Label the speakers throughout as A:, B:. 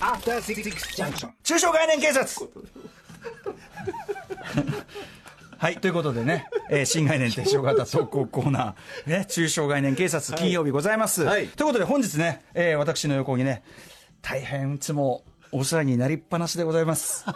A: アフターシックスジャンクション
B: 中小概念警察はいということでね、えー新概念提唱型投稿コーナー、ね、中小概念警察、金曜日ございます、
A: はい
B: ということで本日ね、えー私の横にね大変いつもお世話になりっぱなしでございます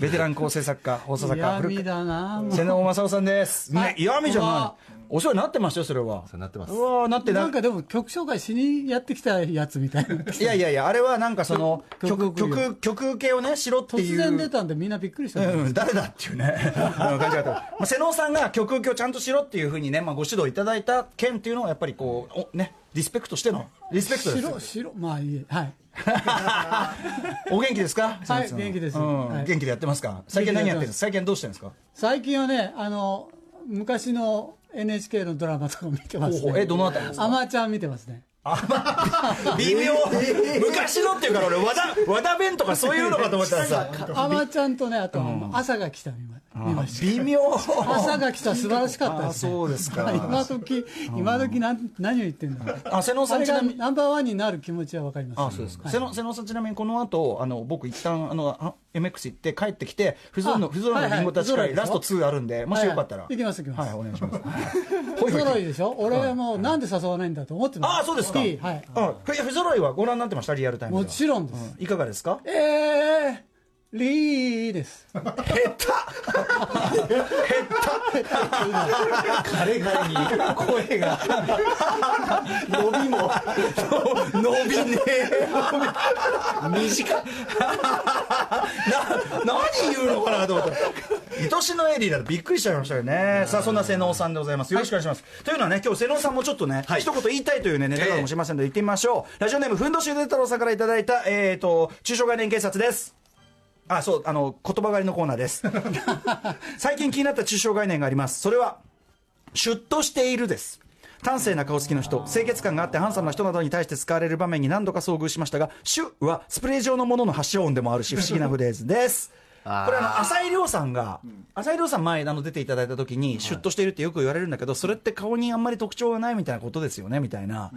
B: ベテラン構成作家放送作家古
C: 嫌味だなもう
B: 瀬能正夫さんです、
C: は
B: ね
C: い、
B: 嫌味じゃ
C: こんばんは
B: ないお世話になってましたよそれは
A: そうなってます
B: うわーなってな
C: なんかでも曲紹介しにやってきたやつみたい な
B: いやいやいや、あれはなんかその、曲、
C: 曲
B: 曲、曲曲系をね、しろってい
C: 突
B: う。
C: 然出たんでみんなびっくりした、
B: うん、誰だっていう ね、あの感じだった。まあ、瀬能さんが曲をちゃんとしろっていうふうにね、まあ、ご指導いただいた件っていうのは、やっぱりこう、おね、リスペクトしての、リスペクトですよ
C: 白。白まあいいえはい
B: お元気ですか瀬能さん
C: 元気です
B: うん
C: はい
B: 元気でやってますか最近何やってるんですか最近どうしてるんですか
C: 最近はねあの昔の NHK のドラマとか見てます
B: ほうほうえ
C: ね
B: どのあたりですか
C: アマちゃん見てますね
B: 微妙昔のっていうから俺、和田、和田弁とかそういうのかと思ったらさ、
C: アマちゃんとねあと、朝が来た見ま見ました
B: 微妙
C: 朝が来た素晴らしかった
B: あ、
C: ですね
B: そうですか。
C: 今時今時なん何を言ってんだろう
B: あ、瀬能さ
C: あ
B: ん
C: れ
B: ちな
C: が
B: みに。
C: ナンバーワンになる気持ちはわかります、
B: あそうですか、瀬野瀬野さん、ちなみにこの後あの僕、一旦あのあ MX 行って帰ってきて、不ぞの
C: あ
B: 不ぞのりんごたち
C: は
B: 会、
C: いはい
B: ラスト2あるんで、もしよかったら、
C: はいはい行きます行きま
B: は
C: す
B: い、お願いします。
C: 不揃いでしょ俺はもうなんで誘わないんだと思ってます
B: ああ、そうですか、
C: いいはい
B: あふ不揃いはご覧になってました、リアルタイムでは
C: もちろんです、
B: うんいかがですか
C: えー、リーです
A: 彼がに
B: 声が伸びも伸びねえ短いな何言うのかなと思った愛しのエリーだとびっくりしちゃいましたよねさあそんな瀬能さんでございますよろしくお願いします、というのはね今日瀬能さんもちょっとね、
A: はい
B: 一言言いたいというねネタかもしれませんので言ってみましょう、ラジオネームふんどしゆで太郎さんからいただいたえっ、と中小概念警察ですあそうあの言葉狩りのコーナーです 最近気になった中小概念がありますそれはシュッとしているです端正な顔つきの人清潔感があってハンサムな人などに対して使われる場面に何度か遭遇しましたが「シュ」はスプレー状のものの発祥音でもあるし不思議なフレーズですこ
A: あー
B: れあの浅井亮さんが、浅井亮さん前あの出ていただいた時にシュッとしているってよく言われるんだけど、それって顔にあんまり特徴がないみたいなことですよねみたいな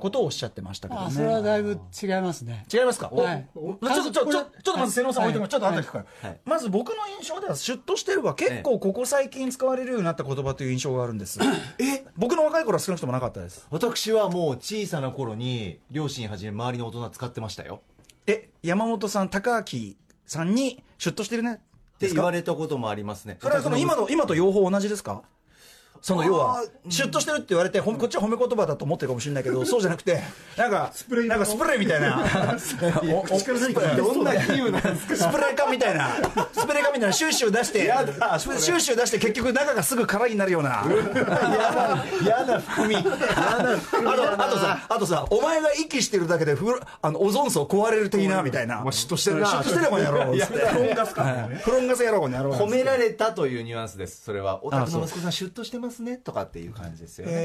B: ことをおっしゃってましたけど
C: あ
B: ね
C: それはだいぶ違いますね
B: 違いますか、
C: はい
B: おちょっとちょちょちょっとまず瀬能さん置いてもらうちょっと後で聞くから、
A: はい
B: まず僕の印象ではシュッとしてるは結構ここ最近使われるようになった言葉という印象があるんですえ僕の若い頃は少なくともなかったです
A: 私はもう小さな頃に両親はじめ周りの大人使ってましたよ
B: え山本さん高明さんにシュッとしてるね
A: っ
B: で
A: て
B: す
A: 言
B: か
A: われたこともありますね
B: それはその今の今と用法同じですかその要は
A: あ
B: シュッとしてるって言われてほんこっちは褒め言葉だと思ってるかもしれないけどそうじゃなくてなんかスプレーなんかスプレーみ たいなおお
A: どんな器用なんですか
B: スプレー缶みたいな、スプレー缶みたいな、シューシュー出して、シューシュー出して、結局、中がすぐ空にな るような、あ
A: 嫌な含み嫌な含みだ
B: と
A: な
B: あとさ、あとさ、お前が息してるだけで、ふあのオゾン層壊れる的なみたいな、嫉妬してるな、嫉妬してるこの野郎、フロンガスか、フロンガス野郎、この野郎、
A: 褒められたというニュアンスですそれはお
B: あ
A: 宅
B: そう
A: の息子さんシュッとしてますねとかっていう感じですよねはい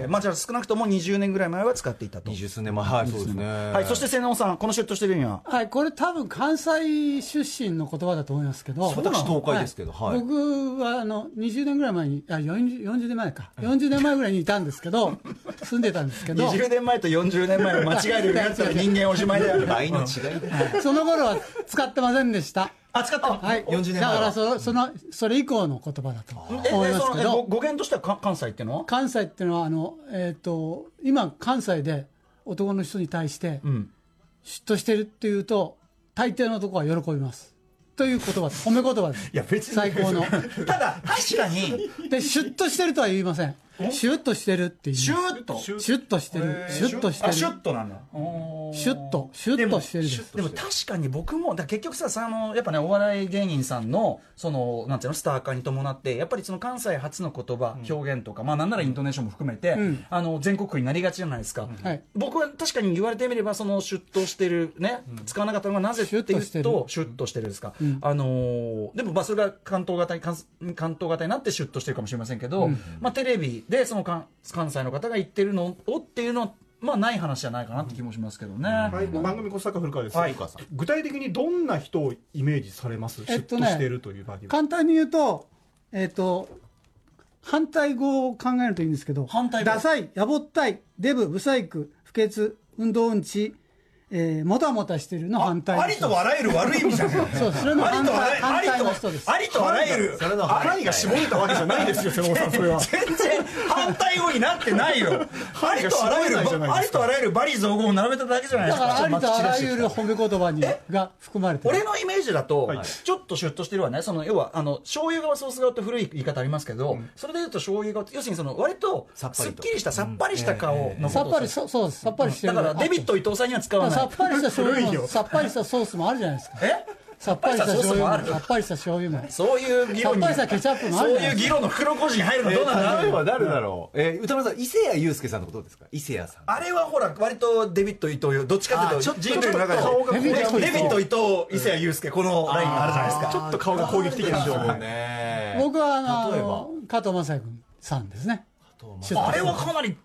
B: えーまあじゃあ少なくとも20年ぐらい前は使っていたと
A: 二。十数年前はいそうですね
B: はい、そして瀬能さん、このシュッとしてるには、
C: はいこれ多分関西出身の言葉だと思いますけど
A: 私東海ですけどはい
C: 僕はあの20年ぐらい前にあ 40, 40年前か40年前ぐらいにいたんですけど住んでたんですけど
B: 20年前と40年前を間違えるようになったら人間おしまい だよ。
A: 倍の違いだ
C: その頃は使ってませんでした
B: あ、使った
C: はい、
A: 40年前
C: だ
A: は
C: からそのそのそれ以降の言葉だと
B: え、え
C: 思います
B: その
C: け
B: え
C: ど
B: ご語源としてはか関西っていうのは
C: 関西っていうのはあの、えー、と今関西で男の人に対して
B: ん
C: 嫉妬してるっていうと大抵の男は喜びますという言葉です褒め言葉です
B: や別に
C: 最高の
B: ただ確かに
C: でシュッとしてるとは言いませんシュッとしてるってい う
B: シューッと
C: ュッとしてるシュッとして
B: あ
C: る
B: シ
C: シ
B: ュ
C: ュ
B: ッとなんだ
C: ッとシュッとしてるです
B: でも確かに僕もだから結局ささあのやっぱねお笑い芸人さんのそのなんていうのスター化に伴ってやっぱりその関西初の言葉、表現とかまあなんならイントネーションも含めて、
C: ん
B: あの全国区になりがちじゃないですか、
C: はい
B: 僕は確かに言われてみればそのシュッとしてるね、使わなかったのがなぜっていうとシ
C: シュッとして
B: ュ
C: る
B: ッとしてるですか、あのーでもまあそれが関東型に関関東型になってシュッとしてるかもしれませんけど、まあテレビでその関関西の方が言ってるのをっていうのはまあない話じゃないかなって気もしますけどね。
D: はい、番組コスタカ古川です、
B: はい
A: 古川さん
D: 具体的にどんな人をイメージされます、
C: えっ
D: シュ
C: と
D: ッ
C: ね
D: としているという場合には、
C: 簡単に言うとえっ、と反対語を考えるといいんですけど
B: 反対語
C: ダサいやぼったいデブブサイク不潔運動音痴、えーもたもたしてるの反対の
B: ありとあらゆる悪い意味じゃん。
C: そうそれの
B: あり
C: 反
B: とあらゆ
C: 対
B: る、あ
C: 反
B: り
C: 対
B: と
C: の人です
B: ありとあらゆる、
A: それの反対
B: あらゆる
D: 絞れたわけじゃないですよ、瀬尾さん、それは。
B: 全然反対語になってないよ。ありとあらゆ
D: 絞れないじゃないです
B: る、
D: か
B: ありとあらゆるバリ造語を並べただけじゃないで
C: だ
B: す
C: か
B: か。
C: らありとあらゆる褒め言葉にが含まれてる
B: 俺のイメージだと
D: はい、
B: ちょっとシュッとしてるわね、その要はあの醤油側、ソース側って古い言い方ありますけど、それで言うと醤油側って、要するにその割とす
A: さっぱ
B: っ
A: りと
B: きりした、さっぱりした顔のことを
C: さっぱり
B: す
C: そそうですさっぱりして
B: だ
C: る
B: からデビット伊藤さんには使わ
C: あ
B: な
C: さ
B: い
C: っ。ぱりした醤
D: 古い
C: 油
D: よ
C: もさっぱりしたソースもあるじゃないですか
B: え
C: さっぱりした
B: さっぱりしたソー
C: 醤
B: スもあ
C: 油
B: る
C: もさっぱりした醤油も
B: そういう議論に
C: さっぱりしたケチャップもあるじ
B: そう
C: ゃないいうです
B: 議論の袋小路に入るのどうなんだろう
A: 例えば誰だろう、えー、歌丸さん伊勢谷友介さんのことですか伊勢谷さん
B: あれはほら、割とデビット伊藤よ、どっちかという
A: あちょっ
B: と、
A: と
B: 人類の中で
D: ちょっと
B: デ
C: 顔がこ
B: ビ
C: う
B: ット伊藤、伊勢谷友介、このラインがあるじゃないですか。
D: ちょっと顔が攻撃的なんですよ
A: そう
D: ね。
A: ね
C: 僕はあの
A: 例えば
C: 加藤雅也君さんですねシュッと
B: あれはかなり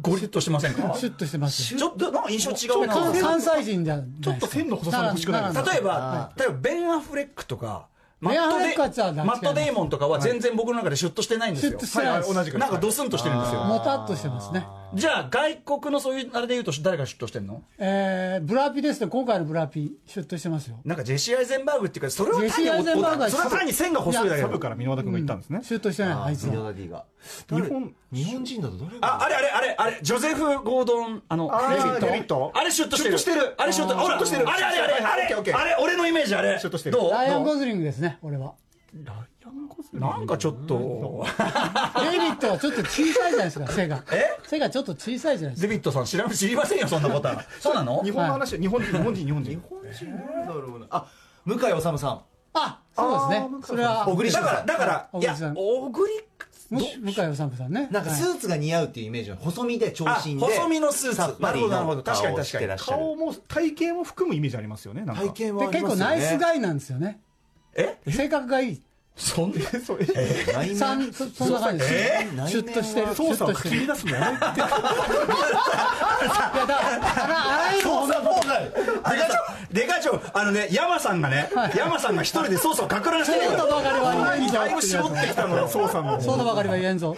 B: ゴリッとしてませんか
C: シュッとしてます
B: ち
C: よ
B: ょっとなんか印象違うな
C: 関関西人じゃないですか
D: ちょっと線の細さも欲しくないですか
B: 例えば
C: は、
B: 例えばベン・アフレックとか、マ
C: ベ
B: ッ
C: ン
B: ト
C: アフレックは違う
B: デマットデイモンとかは全然僕の中でシュッとしてないんですよ。
C: シュッとしてないです
B: はは同じくなんかドスンとしてるんですよ。
C: もたっとしてますね
B: じゃあ、外国のそういうあれで言うと誰がシュッとしてんの
C: えーブラピですね今回のブラピシュッとしてますよ
B: なんかジェシー・アイゼンバーグっていうか、それは単に
C: ジェシーアイゼンバーグは
B: それは単に線が細いだけ
D: サ
B: だ
D: ブから箕輪田君が言ったんですね。
C: シュッとしてない
A: あ
C: あいつ
A: ミ
C: は
A: ドダディが
D: 日本
A: 日本人だと誰
B: あ、あれあれあれ、あれ、ジョゼフ・ゴードン、あの、
D: あー
B: デ
D: デビット
B: あれシュッとしてる。
D: シュッとしてる
B: あれシュッと、ほら、
D: シュッとしてる
B: あれあれあれ、あ
D: オッケーオッケ
B: れ、
D: ー
B: あれ、俺のイメージあれ。
D: シュッとしてる
B: どう
C: ライアン・
B: どう
C: ゴズリングですね俺は
B: なんかちょっと、
C: デイビッドはちょっと小さいじゃないですか背が
B: え
C: 背がちょっと小さいじゃないです
B: デビットさん知らん、知りませんよ、そんな ことは。そうなの
D: 日本の話、日本人、日本人、日本人。
A: 誰だろうなあ向井治さん
C: かあそうですねそれは
A: 小栗
B: だ
A: 旬
B: か
A: さ
B: ら、だから、
C: 小
B: いや
C: 栗さん、
B: 小栗、
C: む向井治さんね
A: んなんかスーツが似合うっていうイメージは細身で長
B: あ
A: 身で
B: 細身のスーツ
A: さっぱり
B: なるほどなるほど
A: の
B: 確かに
A: 顔をしてらっしゃる
D: 顔も、体型も含むイメージありますよね、なんか。
A: 体験は
C: で結構ナイスガイなんですよね
B: え
C: 性格がいい
B: そんな、
D: そう、え、
A: イ
C: さんそそんな感じ
A: えー
C: シュッとしてるシュ
D: 操
C: ッ
D: 作
C: と
D: を
C: して
D: 口
C: るい
D: に出すのやめて。
C: やだからあらあらゆる
B: そんなもんない。デカ長、デカ長、あのね、山さんがね、山さんが一人で操作をかく乱してるよ。
C: そういうことばかりは言えんじゃん
B: だいぶ絞ってきたのよ、
D: 操作の。
C: そうだばかりは言えんぞ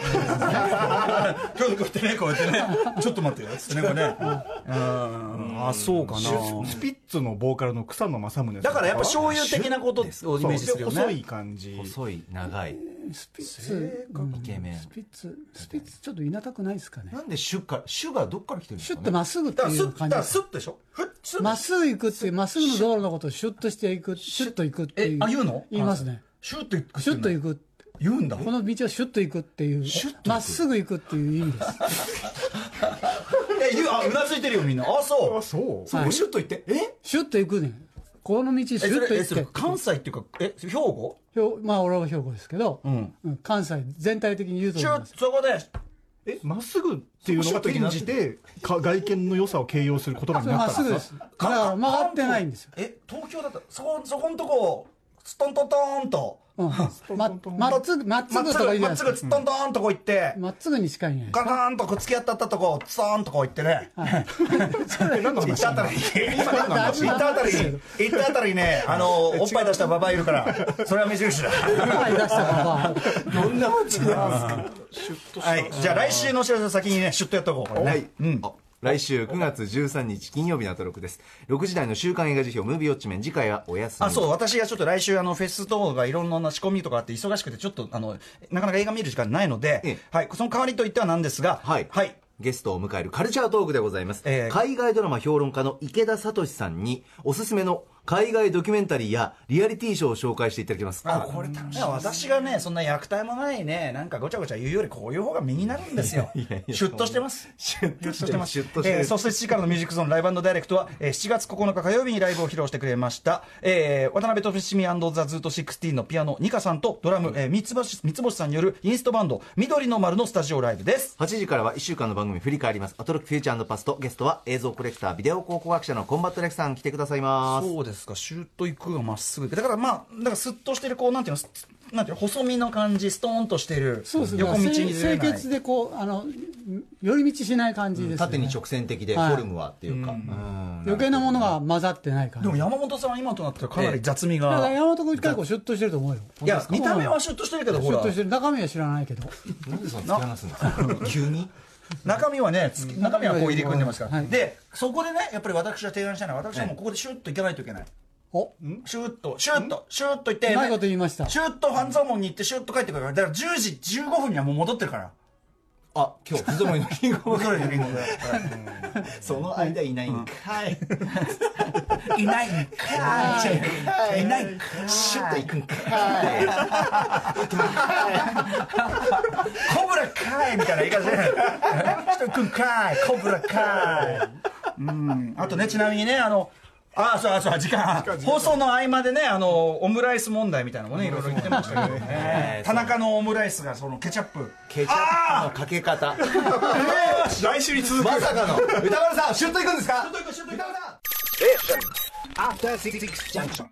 B: 今日こうやってねこうやってねちょっと待ってよっつってねこれね うんあそうかな
D: スピッツのボーカルの草野正宗さん
B: だからやっぱ醤油的なことをイメージす
D: そ
B: る
D: うで
B: よ
D: 細
B: ね
D: い感じ
A: 細い長い
C: スピッツ
A: イケメン
C: スピッツスピッツちょっといなたくないですかね
A: なんで主から主がどっから来てるんで
C: シ
A: す
C: ュッ
A: か
C: と
A: ね
C: まっすぐって
B: だから
C: い
B: ス
C: う
B: ッだか
C: 感じ
B: ら
C: です
B: スッでしょふっスッ
C: まっすぐ行くっていうまっすぐの道路のことをシュッとしていくシュッと行くっていう
B: えあ言うの
C: 言いますね
B: シュッといく
C: シュッと行
B: く
C: く
B: 言うんだ
C: この道をシュッと行くっていうまっすぐ行くっていう意味です
B: え言うあうなずいてるよみんなあそ
D: あ
B: う
D: そう
B: そうシュッといってえ
C: シュッと行くねんこの道シュ
B: えそ
C: ッと
B: れえ
C: 行
B: それ
C: って
B: 関西っていうかえ兵庫
C: ひょまあ俺は兵庫ですけど、
B: ん
C: うん関西全体的に言うと
B: シ
C: 思
B: ュ
C: いま
B: ッ
C: す
B: そこで
D: えまっすぐっていうのが転じてか外見の良さを形容する言葉
C: そ
D: に
C: れ
D: な
C: ま
D: っ
C: ったす
D: ん
C: ぐ
D: で
C: ですすだから曲がってないんですよ、
B: え東京だったらそこそこのとこをストントントーンと
C: うん、ままっつぐまっつぐとかいいじゃ
B: まっ
C: ないですす
B: ぐ
C: か
B: ストントーンとこ行って
C: まっつぐに近いんじゃないで
B: ガタンとこう突き当たったとこツーンとこう行ってね行っ
D: え何の話
B: たあたり行
C: すかだいぶ
B: ったあたり行ったあたりねあのおっぱい出したババアいるからそれは目印だ
C: 前出したからま
A: どんなうちなんですか
B: はいじゃあ来週のお知らせの先にねシュッとやっとこうこれ
A: は
B: ね
A: い、あ来週9月13日金曜日のアトロクです6時台の週刊映画辞表ムービーウォッチメン次回はお休み
B: あそう私がちょっと来週あのフェス等がいろんな仕込みとかあって忙しくてちょっとあのなかなか映画見る時間ないので、
A: ええ
B: はい、その代わりといってはなんですが
A: はい、
B: はい、
A: ゲストを迎えるカルチャートークでございます、
B: えー
A: 海外ドラマ評論家の池田聡さんにおすすめの海外ドキュメンタリーやリアリティショーを紹介していただきます
B: あこれ楽しい私がねそんな虐待もないねなんかごちゃごちゃ言うよりこういう方が身になるんです よシュッとしてます
A: シュッとしてます
B: シ
A: シ
B: ュ
A: ュ
B: ッ
A: ッ
B: としま
A: としててる
B: す、えーそして7時からのミュージックゾーンライブダイレクトは、えー7月9日火曜日にライブを披露してくれました、えー渡辺としみザ・ズート16のピアノニカさんとドラム、えー三ツ星三ツ星さんによるインストバンド緑の丸のスタジオライブです
A: 8時からは1週間の番組振り返りますアトロックフューチャーパストゲストは映像コレクタービデオ考古学者のコンバットレクさん来てくださいます
B: そうですかシュート行くがまっすぐだからまあだからスッとしてるこうなんていうのすなんていうの細身の感じストーンとしてる
C: そうですね
B: 横道にずれ
C: 清
B: ない
C: 潔でこうあの寄り道しない感じですよね、
A: 縦に直線的でフ
C: はい
A: ォルムはっていうか、うん
C: 余計なものが混ざってない感
B: で
C: じ
B: も山本さんは今となってはかなり雑味
C: だ
B: が、
C: から山本君結構シュッとしてると思うよ
B: いや見た目はシュッとしてるけど
C: シ
B: ほ
C: ュッ
B: ら
C: としてる中身は知らないけど
A: なんでそんな突き放すんですか急に
B: 中身はねつき中身はこう入り組んでますから、
C: はい
B: でそこでねやっぱり私が提案したのは私はもうここでシュッといかないといけない、
C: お
B: シュッとシュッとシュッといって
C: うまいこと言いました
B: シュッと半蔵門に行ってシュッと帰ってくるからだから10時15分にはもう戻ってる から
A: あ今日ふぞもいのリンゴ
B: 戻れるよリンゴが
A: その間いないんかい
B: いないんかいいないんかい
A: シュッといくんかい
B: コブラかいみたいな言い方じゃない人くんかいコブラかいうんあとねちなみにねあのああそうあそう時間放送の合間でねあのオムライス問題みたいなのもねいろいろ言ってましたけどね田中のオムライスがそのケチャップ
A: ケチャップのかけ方
D: 来週に続く
A: まさか の歌丸さんシュッといくんですか
B: After Six Junction.